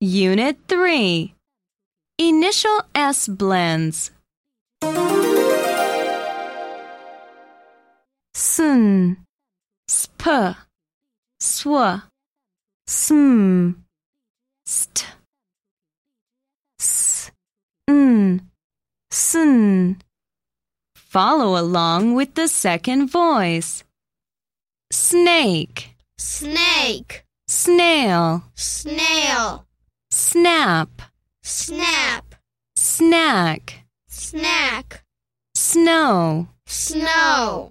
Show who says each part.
Speaker 1: Unit 3 Initial S blends. Sun, sp, sw, sm, st, s, n, sun. Follow along with the second voice. Snake,
Speaker 2: snake,
Speaker 1: snail,
Speaker 2: snail,
Speaker 1: snap,
Speaker 2: snap,
Speaker 1: snack,
Speaker 2: snack,
Speaker 1: snow.
Speaker 2: snow.